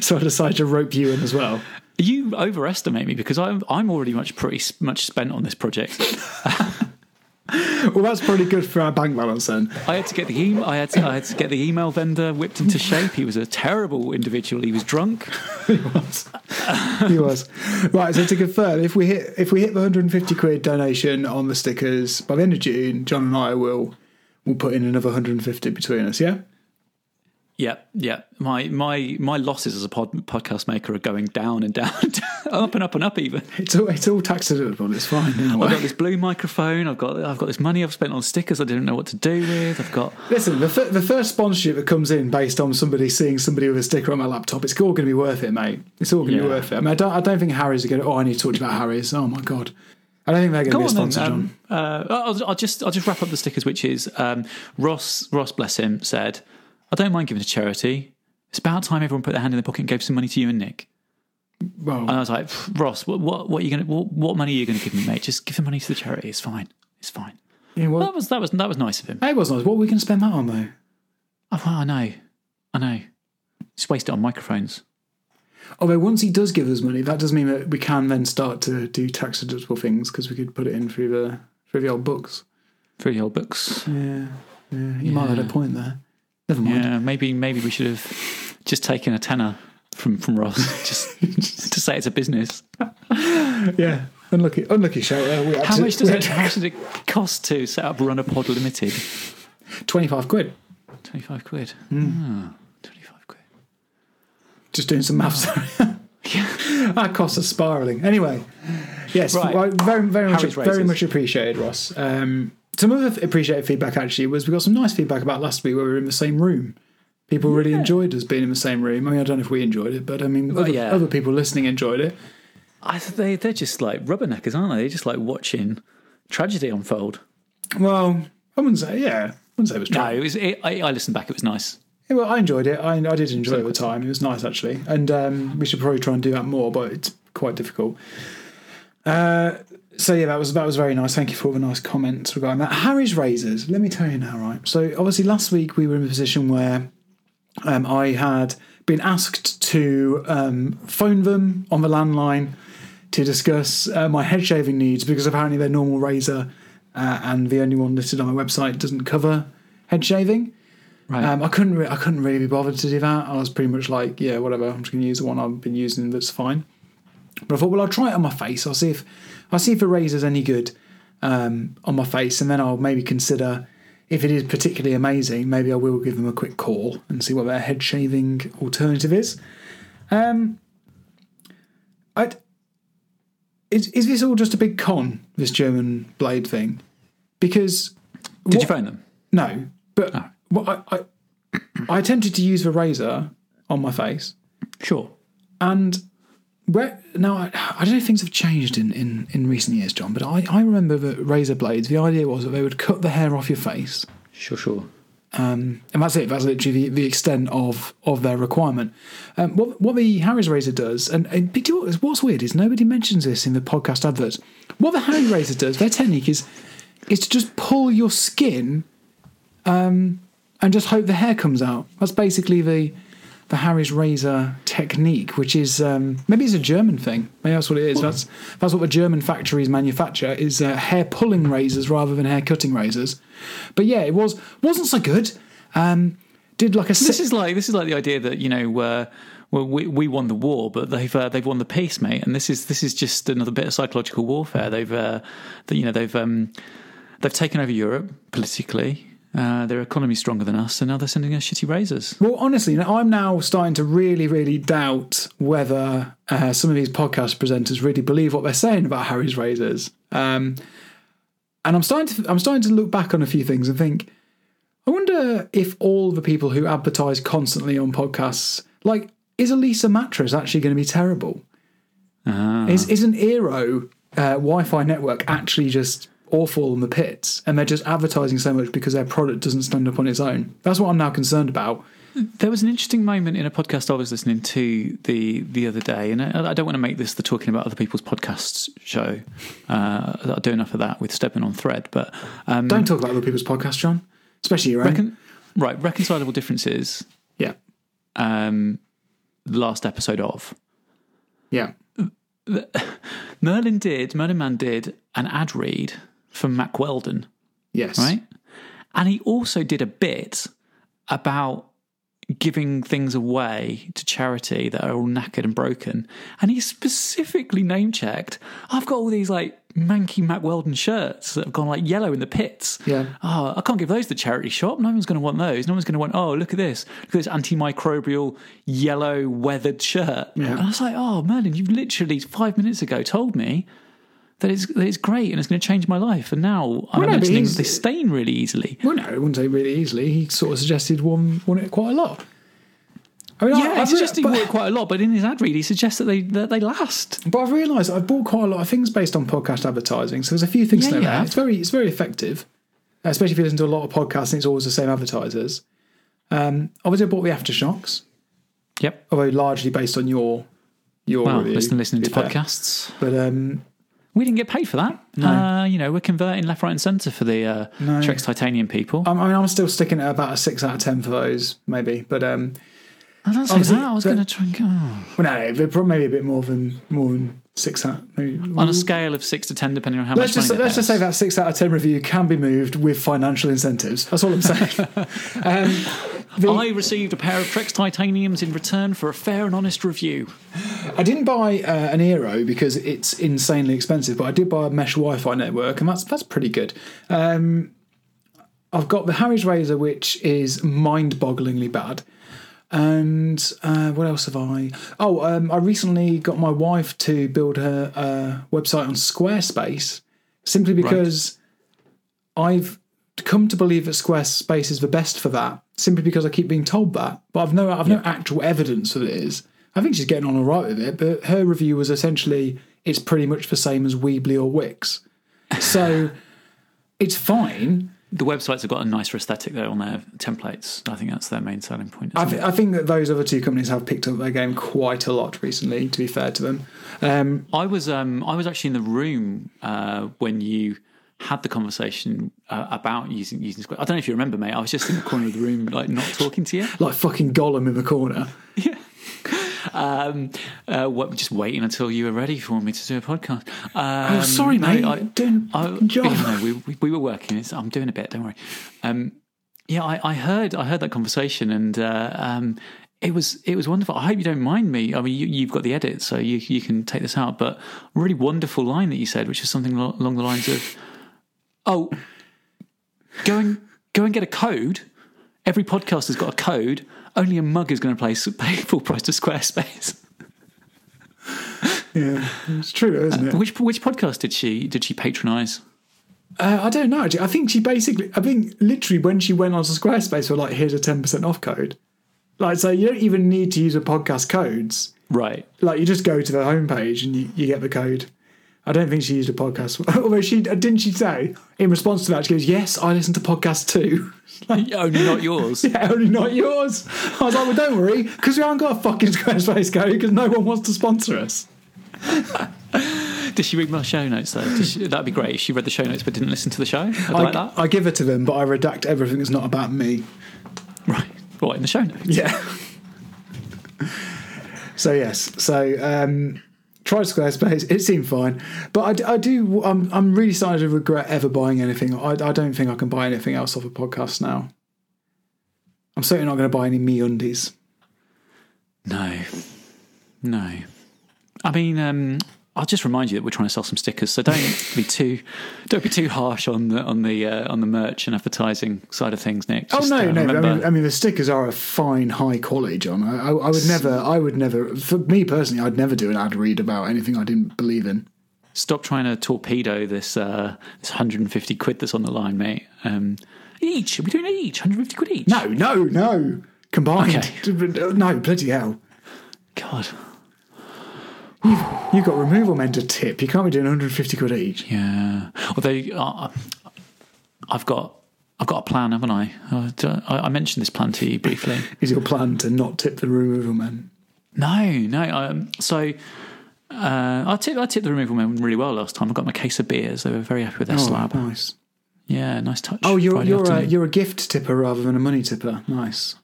A: So I decided to rope you in as well.
B: You overestimate me because I'm I'm already much pretty s- much spent on this project.
A: Well, that's probably good for our bank balance then.
B: I had to get the email. I had to, I had to get the email vendor whipped into shape. He was a terrible individual. He was drunk.
A: He was right. So to confirm, if we hit if we hit the 150 quid donation on the stickers by the end of June, John and I will will put in another 150 between us. Yeah.
B: Yep, yep. My my my losses as a pod, podcast maker are going down and down, and down, up and up and up. Even
A: It's all, it's all tax deductible. It's fine. in a way.
B: I've got this blue microphone. I've got I've got this money I've spent on stickers. I didn't know what to do with. I've got
A: Listen, the, f- the first sponsorship that comes in based on somebody seeing somebody with a sticker on my laptop, it's all going to be worth it, mate. It's all going to
B: Yeah.
A: be worth it. I mean, I don't, I don't think Harry's going to, oh, I need to talk to you about Harry's. Oh, my God. I don't think they're going
B: Go
A: to be a
B: on
A: sponsor,
B: then,
A: John.
B: um, uh, I'll, I'll just I'll just wrap up the stickers, which is um, Ross Ross bless him said, "I don't mind giving to charity. It's about time everyone put their hand in their pocket and gave some money to you and Nick."
A: Well,
B: And I was like, "Pff, Ross, what what, what are you gonna what, what money are you gonna give me, mate? Just give the money to the charity. It's fine. It's fine.
A: yeah, well,
B: That was that was that was nice of him.
A: that was nice. What are we going to spend that on, though?
B: Oh, well, I know, I know. Just waste it on microphones.
A: Although, once he does give us money, that does mean that we can then start to do tax deductible things because we could put it in through the, through the old books.
B: Three old books.
A: Yeah. yeah. You might have had a point there. Never mind.
B: Yeah, maybe maybe we should have just taken a tenner from from Ross just to say it's a business.
A: Yeah. Unlucky, unlucky show. there. We had
B: How
A: to-
B: much does
A: we had
B: it,
A: to-
B: how much does it cost to set up Runner Pod Limited?
A: 25 quid.
B: 25 quid. Ah, 25 quid.
A: Just doing some maths.
B: Oh.
A: Our costs are spiraling. Anyway, yes,
B: Right.
A: well, very, very much,
B: Harry's
A: very
B: raises.
A: much appreciated, Ross. Um, some other f- appreciated feedback actually was we got some nice feedback about last week where we were in the same room. People really enjoyed us being in the same room. I mean, I don't know if we enjoyed it, but I mean, other,
B: yeah.
A: other people listening enjoyed it.
B: I, they, they're just like rubberneckers, aren't they? They're just like watching tragedy unfold.
A: Well, I wouldn't say, yeah, I wouldn't say it was.
B: No,
A: No.
B: it was, it, I, I listened back. It was nice.
A: Yeah, well, I enjoyed it. I, I did enjoy it at the time. It was nice actually, and um, we should probably try and do that more, but it's quite difficult. Uh, so yeah, that was that was very nice. Thank you for all the nice comments regarding that. Harry's razors. Let me tell you now, right? So obviously last week we were in a position where um, I had been asked to um, phone them on the landline to discuss uh, my head shaving needs because apparently their normal razor uh, and the only one listed on my website doesn't cover head shaving.
B: Right.
A: Um, I couldn't. Re- I couldn't really be bothered to do that. I was pretty much like, yeah, whatever. I'm just going to use the one I've been using. That's fine. But I thought, well, I'll try it on my face. I'll see if I'll see if the razor's any good um, on my face, and then I'll maybe consider if it is particularly amazing. Maybe I will give them a quick call and see what their head shaving alternative is. Um, I is is this all just a big con? This German blade thing, because
B: Did
A: what-
B: you phone them?
A: no, but well, I, I I attempted to use the razor on my face,
B: Sure.
A: and where now I, I don't know if things have changed in, in, in recent years, John. But I, I remember the razor blades. The idea was that they would cut the hair off your face,
B: Sure, sure.
A: um, and that's it. That's literally the, the extent of of their requirement. Um, what what the Harry's razor does, and, and do you know what's, what's weird is nobody mentions this in the podcast adverts. What the Harry razor does, their technique is is to just pull your skin, um, and just hope the hair comes out. That's basically the the Harry's razor technique, which is um, maybe it's a German thing. Maybe that's what it is. That's that's what the German factories manufacture is uh, hair pulling razors rather than hair cutting razors. But yeah, it was wasn't so good. Um, did like a
B: This
A: si-
B: is like this is like the idea that you know uh, well, we, we won the war, but they've uh, they've won the peace, mate. And this is this is just another bit of psychological warfare. They've uh, that you know they've um, they've taken over Europe politically. Uh, their economy's stronger than us, and now they're sending us shitty razors.
A: Well, honestly, now- I'm now starting to really, really doubt whether uh, some of these podcast presenters really believe what they're saying about Harry's razors. Um, and I'm starting to, I'm starting to look back on a few things and think, I wonder if all the people who advertise constantly on podcasts, like, is Elisa Mattress actually going to be terrible? Is is an Eero uh, Wi-Fi network actually just awful in the pits, and they're just advertising so much because their product doesn't stand up on its own? That's what I'm now concerned about.
B: There was an interesting moment in a podcast I was listening to the the other day, and I, I don't want to make this the talking about other people's podcasts show. Uh, I do enough of that with stepping on thread, but um,
A: Don't talk about other people's podcasts, John. Especially your own.
B: recon- right reconcilable differences.
A: yeah,
B: Um, the last episode of
A: yeah.
B: Merlin did Merlin Man did an ad read from Mac Weldon,
A: Yes.
B: right? And he also did a bit about giving things away to charity that are all knackered and broken. And he specifically name checked, I've got all these like manky Mac Weldon shirts that have gone like yellow in the pits.
A: Yeah.
B: Oh, I can't give those to the charity shop. No one's going to want those. No one's going to want, oh, look at this. Look at this antimicrobial yellow weathered shirt. And I was like, oh, Merlin, you've literally five minutes ago told me that it's, that it's great and it's going to change my life. And now I'm
A: no, but
B: mentioning
A: he's-
B: they stain really easily.
A: Well, no, I wouldn't say really easily. He sort of suggested one, one it quite a lot. I mean, I-
B: Yeah,
A: I've
B: it's
A: re-
B: suggesting
A: but-
B: work quite a lot, but in his ad read, he suggests that they that they last.
A: But I've realised I've bought quite a lot of things based on podcast advertising. So there's a few things
B: Yeah,
A: to know
B: you
A: about.
B: have.
A: It's very it's very effective, especially if you listen to a lot of podcasts and it's always the same advertisers. Um, obviously, I bought the aftershocks,
B: Yep.
A: although largely based on your your
B: Well,
A: review,
B: listen, listening to
A: be fair.
B: podcasts.
A: But um,
B: We didn't get paid for that. Uh, you know, we're converting left, right, and centre for the uh, Trex Titanium people.
A: I'm, I mean, I'm still sticking at about a six out of ten for those, maybe. But um,
B: I don't say
A: obviously,
B: that. I was
A: but-
B: going to try and go. oh.
A: well, no, but probably maybe a bit more than more than six out. Maybe,
B: On a scale of six to ten, depending on how
A: Let's
B: much
A: just
B: money they
A: let's
B: pay
A: just say
B: us.
A: that six out of ten review can be moved with financial incentives. That's all I'm saying. um, the-
B: I received a pair of Trex Titaniums in return for a fair and honest review.
A: I didn't buy uh, an Eero because it's insanely expensive, but I did buy a mesh Wi-Fi network, and that's that's pretty good. Um, I've got the Harry's Razor, which is mind-bogglingly bad. And uh, what else have I? Oh, um, I recently got my wife to build her uh, website on Squarespace, simply because I've come to believe that Squarespace is the best for that. Simply because I keep being told that, but I've no I've no actual evidence that it is. I think she's getting on all right with it, but her review was essentially it's pretty much the same as Weebly or Wix, so it's fine.
B: The websites have got a nicer aesthetic there on their templates. I think that's their main selling point.
A: I,
B: isn't
A: th-
B: it?
A: I think that those other two companies have picked up their game quite a lot recently. To be fair to them, um,
B: I was um, I was actually in the room uh, when you had the conversation uh, about using using Square. I don't know if you remember, mate. I was just in the corner of the room, like not talking to you,
A: like fucking Gollum in the corner.
B: um, uh, what, just waiting until you were ready for me to do a podcast. Um,
A: oh, sorry,
B: no,
A: mate.
B: I-
A: I'm doing a
B: I,
A: fucking job.
B: you know, Oh, we, we, we were working. It's, I'm doing a bit. Don't worry. Um, yeah, I, I heard I heard that conversation, and uh, um, it was it was wonderful. I hope you don't mind me. I mean, you, you've got the edit, so you you can take this out. But really wonderful line that you said, which is something lo- along the lines of, "Oh, go and go and get a code. Every podcast has got a code. Only a mug is going to pay, pay full price to Squarespace."
A: Yeah, it's true, isn't it?
B: Which which podcast did she did she patronise?
A: Uh, I don't know. actually. I think she basically, I think literally when she went onto Squarespace, were like, here's a 10% off code. Like, so you don't even need to use the podcast codes.
B: Right.
A: Like, you just go to the homepage and you, you get the code. I don't think she used a podcast. Although she, uh, didn't she say, in response to that, she goes, yes, I listen to podcasts too.
B: Only not yours.
A: Only not yours. I was like, well, don't worry, because we haven't got a fucking Squarespace code because no one wants to sponsor us.
B: Did she read my show notes though? Did she- that'd be great if she read the show notes but didn't listen to the show. I'd
A: I,
B: like that.
A: I give it to them, but I redact everything that's not about me.
B: Right. Right in the show notes.
A: Yeah. so yes, so um, tried Squarespace. It seemed fine, but I d- I, do. I'm I'm really starting to regret ever buying anything. I, I don't think I can buy anything else off a podcast now. I'm certainly not going to buy any me undies.
B: No, no. I mean, um, I'll just remind you that we're trying to sell some stickers, so don't be too don't be too harsh on the on the uh, on the merch and advertising side of things, Nick.
A: Oh
B: Just,
A: no,
B: uh,
A: no.
B: remember-
A: I mean, I mean, the stickers are a fine, high quality, John. I, I, I would never, I would never. For me personally, I'd never do an ad read about anything I didn't believe in.
B: stop trying to torpedo this uh, this 150 quid that's on the line, mate. Um, each, are we doing each 150 quid each?
A: No, no, no. Combined, no, bloody hell.
B: God,
A: You've got removal men to tip. You can't be doing 150 quid each.
B: yeah. Although uh, I've got I've got a plan, haven't I? Uh, do- I I mentioned this plan to you briefly.
A: Is your plan to not tip the removal men?
B: No, no. Um, so uh, I tipped I tipped the removal men really well last time. I got my case of beers. They were very happy with their slab.
A: nice.
B: Yeah, nice touch.
A: Oh, you're
B: Friday
A: you're a,
B: afternoon.
A: you're a gift tipper rather than a money tipper. Nice.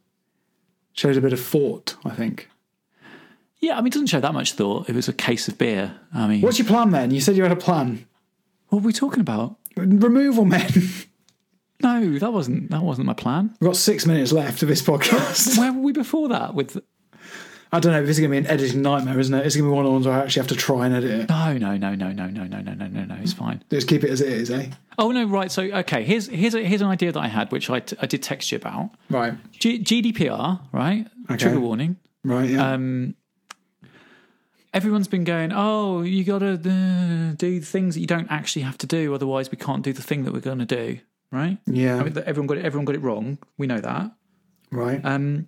A: Shows a bit of thought, I think. uh,
B: yeah. I mean, it doesn't show that much thought. It was a case of beer. I mean,
A: What's your plan then? You said you had a plan.
B: what were we talking about?
A: Removal men. We've
B: No, that wasn't that wasn't my plan.
A: got six minutes left of this podcast.
B: Where were we before that? With
A: I don't know. This is going to be an editing nightmare, isn't it? It's going to be one of the ones where I actually have to try and edit it.
B: no, no, no, no, no, no, no, no, no, no, no. It's fine.
A: Let's keep it as it is, eh?
B: Oh no, right. So okay, here's here's a, here's an idea that I had, which I, t- I did text you about.
A: Right.
B: G- GDPR, right? Trigger warning.
A: Right. Yeah.
B: um, everyone's been going, oh, you got to uh, do things that you don't actually have to do, otherwise we can't do the thing that we're going to do, right?
A: yeah.
B: I mean, everyone got it, everyone got it wrong. We know that.
A: right.
B: Um,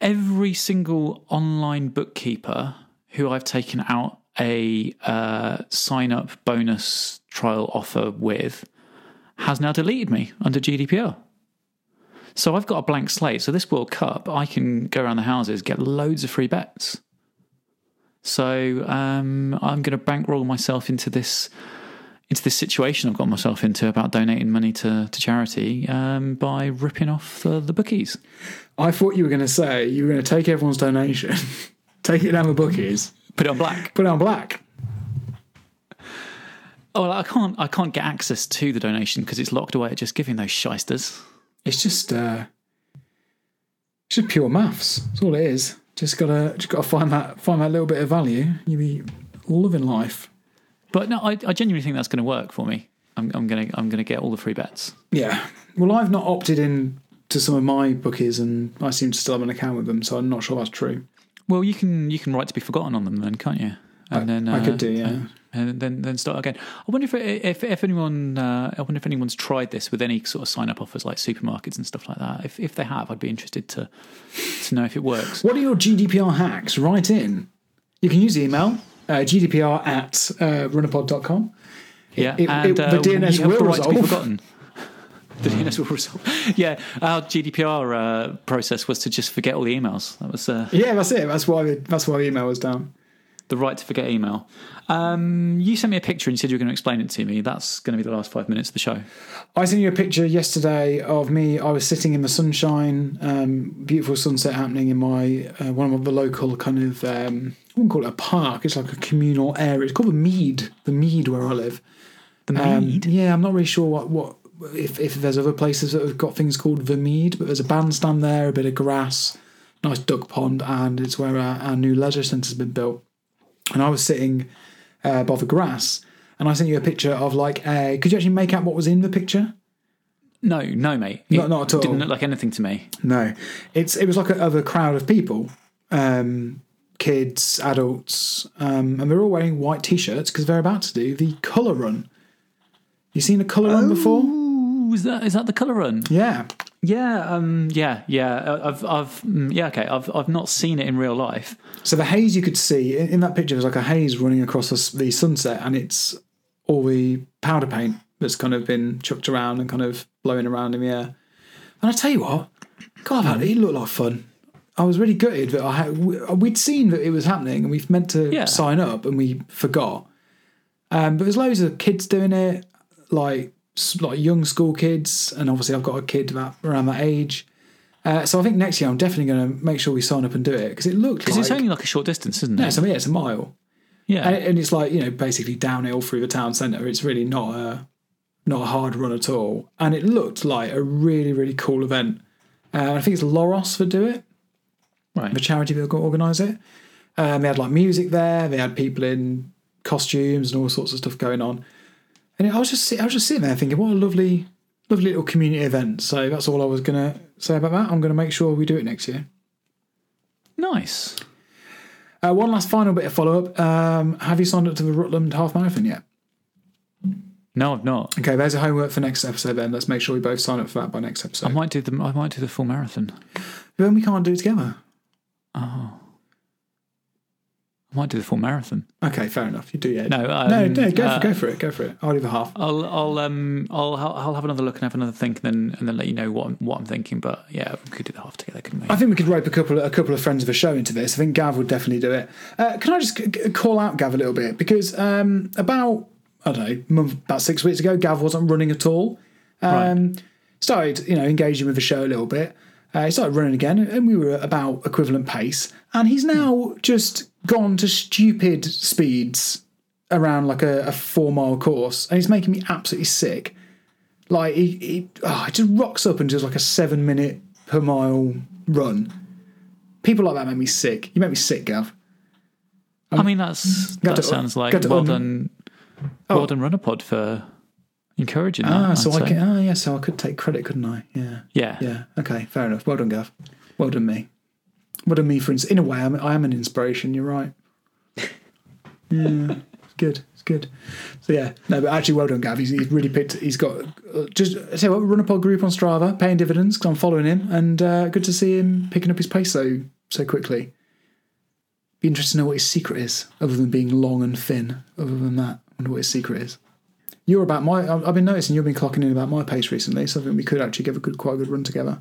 B: every single online bookkeeper who I've taken out a uh, sign up bonus trial offer with has now deleted me under GDPR. So I've got a blank slate. So this World Cup, I can go around the houses, get loads of free bets. So um, I'm going to bankroll myself into this into this situation I've got myself into about donating money to to charity um, by ripping off the, the bookies.
A: I thought you were going to say you were going to take everyone's donation, take it down the bookies,
B: put it on black.
A: put it on black.
B: Oh, well, I can't. I can't get access to the donation because it's locked away at just giving those shysters.
A: It's just, uh, it's just pure maths. That's all it is. Just gotta, just gotta find that, find that little bit of value. You be loving life.
B: But no, I, I genuinely think that's going to work for me. I'm, I'm gonna I'm gonna get all the free bets.
A: Yeah. Well, I've not opted in to some of my bookies, and I seem to still have an account with them, so I'm not sure that's true.
B: Well, you can you can write to be forgotten on them then, can't you? And then uh,
A: I could do, yeah.
B: And then then start again. I wonder if if if anyone uh, I wonder if anyone's tried this with any sort of sign up offers like supermarkets and stuff like that. If if they have, I'd be interested to to know if it works.
A: What are your GDPR hacks? Write in. You can use email uh, GDPR at uh, runnerpod.com.
B: Yeah,
A: It- it-
B: and
A: the
B: uh,
A: DNS
B: you have
A: will
B: the right to be
A: resolve.
B: forgotten. The DNS will resolve. Yeah, our GDPR uh, process was to just forget all the emails. That was uh,
A: Yeah, that's it. That's why. That's why the email was down.
B: the right to forget email. Um, you sent me a picture and you said you were going to explain it to me. That's going to be the last five minutes of the show.
A: I sent you a picture yesterday of me. I was sitting in the sunshine, um, beautiful sunset happening in my uh, one of the local kind of. Um, I wouldn't call it a park. It's like a communal area. It's called the Mead. The Mead where I live.
B: The
A: Um,
B: mead.
A: yeah, I'm not really sure what what if if there's other places that have got things called the Mead, but there's a bandstand there, a bit of grass, nice duck pond, and it's where our, our new leisure centre's been built. And I was sitting uh, by the grass, and I sent you a picture of like, uh, could you actually make out what was in the picture?
B: No, no, mate. It
A: Not- not at all.
B: Didn't look like anything to me.
A: No, it's it was like a, of a crowd of people, um, kids, adults, um, and they're all wearing white t-shirts because they're about to do the colour run. You seen a colour run before?
B: Ooh, is that is that the color run?
A: Yeah.
B: Yeah, um, yeah, yeah. Uh, I've, I've, mm, yeah, okay. I've, I've not seen it in real life.
A: So the haze you could see in, in that picture was like a haze running across the, s- the sunset, and it's all the powder paint that's kind of been chucked around and kind of blowing around in the air. And I tell you what, God, that it looked like fun. I was really gutted that I had, we- we'd seen that it was happening, and we meant to
B: Yeah.
A: sign up, and we forgot. Um, but there's loads of kids doing it, like s- like young school kids, and obviously I've got a kid that around that age. Uh, so I think next year I'm definitely going to make sure we sign up and do it because it looked like
B: Because it's only like a short distance, isn't it?
A: yeah, so yeah, it's a mile,
B: yeah.
A: and, and it's like you know basically downhill through the town centre. It's really not a not a hard run at all, and it looked like a really really cool event. Uh, I think it's Loros that do it.
B: Right.
A: the charity that got organise it. Um, they had like music there. They had people in costumes and all sorts of stuff going on. And I was just sit- I was just sitting there thinking, what a lovely, lovely little community event. So that's all I was gonna say about that. I'm gonna make sure we do it next year.
B: Nice.
A: Uh, one last final bit of follow up. Um, have you signed up to the Rutland Half Marathon yet?
B: No, I've not.
A: Okay, there's a homework for next episode. Then let's make sure we both sign up for that by next
B: I
A: episode.
B: might do the I might do the full marathon.
A: Then we can't do it together.
B: I might do the full marathon.
A: Okay, fair enough. You do, yeah.
B: No,
A: no,
B: um,
A: no. Go
B: uh,
A: for, go for it. Go for it. I'll do the half.
B: I'll I'll um I'll I'll have another look and have another think and then and then let you know what I'm, what I'm thinking. But yeah, we could do the half together, couldn't we?
A: I think we could rope a couple a couple of friends of the show into this. I think Gav would definitely do it. Uh, can I just c- c- call out Gav a little bit because um, about I don't know month, about six weeks ago, Gav wasn't running at all. Um, Started you know engaging with the show a little bit. Uh, he started running again, and we were at about equivalent pace. And he's now just gone to stupid speeds around like a, a four mile course, and it's making me absolutely sick. Like he, he oh, it just rocks up and does like a seven minute per mile run. People like that make me sick. You make me sick, Gav.
B: I mean, that's
A: Got
B: that
A: to-
B: sounds like
A: got to
B: well
A: un- Oh.
B: done, well done, Runapod for encouraging that.
A: Ah, so
B: I'd
A: I
B: say.
A: can. Ah, yeah. So I could take credit, couldn't I? Yeah.
B: Yeah.
A: Yeah. Okay. Fair enough. Well done, Gav. Well done, me. Well done, me. For ins- in a way, I'm, I am an inspiration. You're right. Yeah. It's good. It's good. So yeah. No, but actually, well done, Gav. He's, he's really picked. He's got uh, just say what run a pod group on Strava, paying dividends because I'm following him, and uh, good to see him picking up his pace so so quickly. Be interested to know what his secret is, other than being long and thin. Other than that, wonder what his secret is. You're about my. I've I've been noticing you've been clocking in about my pace recently, so I think we could actually give a good, quite a good run together.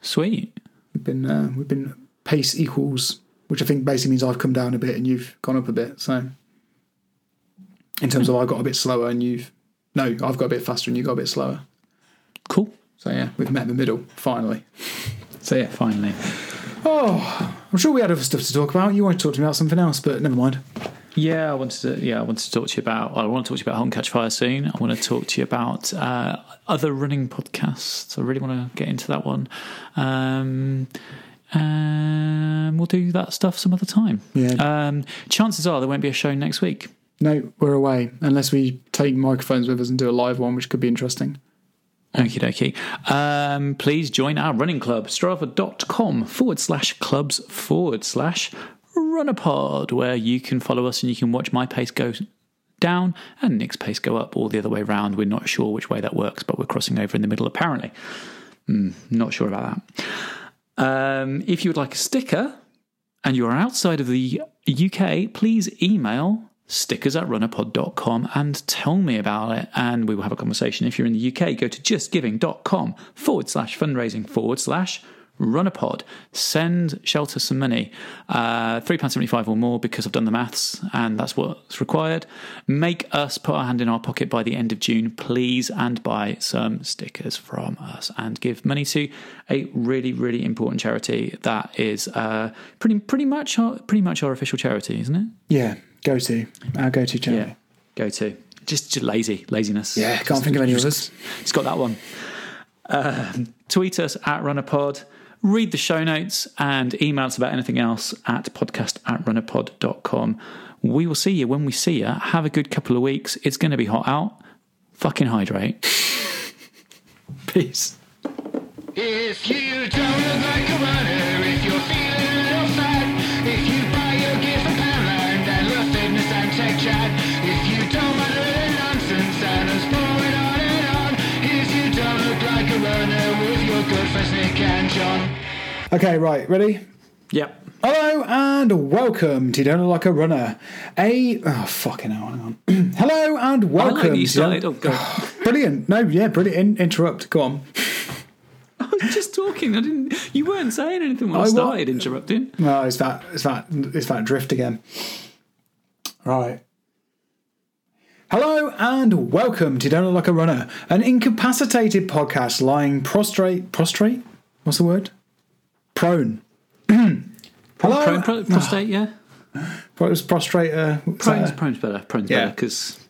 B: Sweet.
A: We've been, uh, we've been pace equals, which I think basically means I've come down a bit and you've gone up a bit. So, in terms of I got a bit slower and you've, no, I've got a bit faster and you got a bit slower.
B: Cool.
A: So yeah, we've met in the middle finally. So yeah,
B: Finally.
A: oh, I'm sure we had other stuff to talk about. You wanted to talk to me about something else, but never mind.
B: Yeah, I wanted to. Yeah, I wanted to talk to you about. I want to talk to you about Home Catch Fire soon. I want to talk to you about uh, other running podcasts. I really want to get into that one. Um, um, we'll do that stuff some other time.
A: Yeah.
B: Um, chances are there won't be a show next week.
A: No, we're away unless we take microphones with us and do a live one, which could be interesting.
B: Okie dokie. Um, please join our running club, strava.com forward slash clubs forward slash runapod, where you can follow us and you can watch my pace go down and Nick's pace go up or the other way round. We're not sure which way that works, but we're crossing over in the middle apparently. Mm, not sure about that. Um, if you would like a sticker and you are outside of the UK, please email stickers at runnerpod.com and tell me about it and we will have a conversation. If you're in the UK, go to justgiving.com forward slash fundraising forward slash runnerpod. Send Shelter some money, uh, £3.75 or more because I've done the maths and that's what's required. Make us put our hand in our pocket by the end of June, please, and buy some stickers from us and give money to a really, really important charity that is uh, pretty, pretty much, our, pretty much our official charity, isn't it?
A: Yeah, go to our go to channel.
B: Yeah, go to. Just, just lazy, laziness.
A: Yeah, can't think of any others.
B: It's got that one. Um, tweet us at runnerpod. Read the show notes and email us about anything else at podcast at runnerpod.com. We will see you when we see you. Have a good couple of weeks. It's going to be hot out. Fucking hydrate.
A: Peace.
C: If you don't look like a runner, if you're feeling a little fat, if you buy your gear from Poundland and love fitness and tech chat, if you don't mind a little nonsense and it's pouring on and on, if you don't look like a runner with your good friends Nick and John.
A: Okay, right, ready?
B: Yep.
A: Hello and welcome to Don't Look Like a Runner. A oh fucking hell, hang on. Hello and welcome.
B: I like that you
A: to Don't-
B: started. Oh, God.
A: brilliant. No, yeah, brilliant. In- interrupt. Go on.
B: I was just talking. I didn't. You weren't saying anything when I,
A: I wa-
B: started interrupting.
A: No, it's that. It's that. It's that drift again. Right. Hello and welcome to Don't Look Like a Runner, an incapacitated podcast lying prostrate. Prostrate. What's the word? Prone. Hello.
B: Prone, pro, prostate, yeah.
A: Well, it was prostrate. Uh,
B: Prone's, prone's better. Prone's
A: Yeah.
B: better because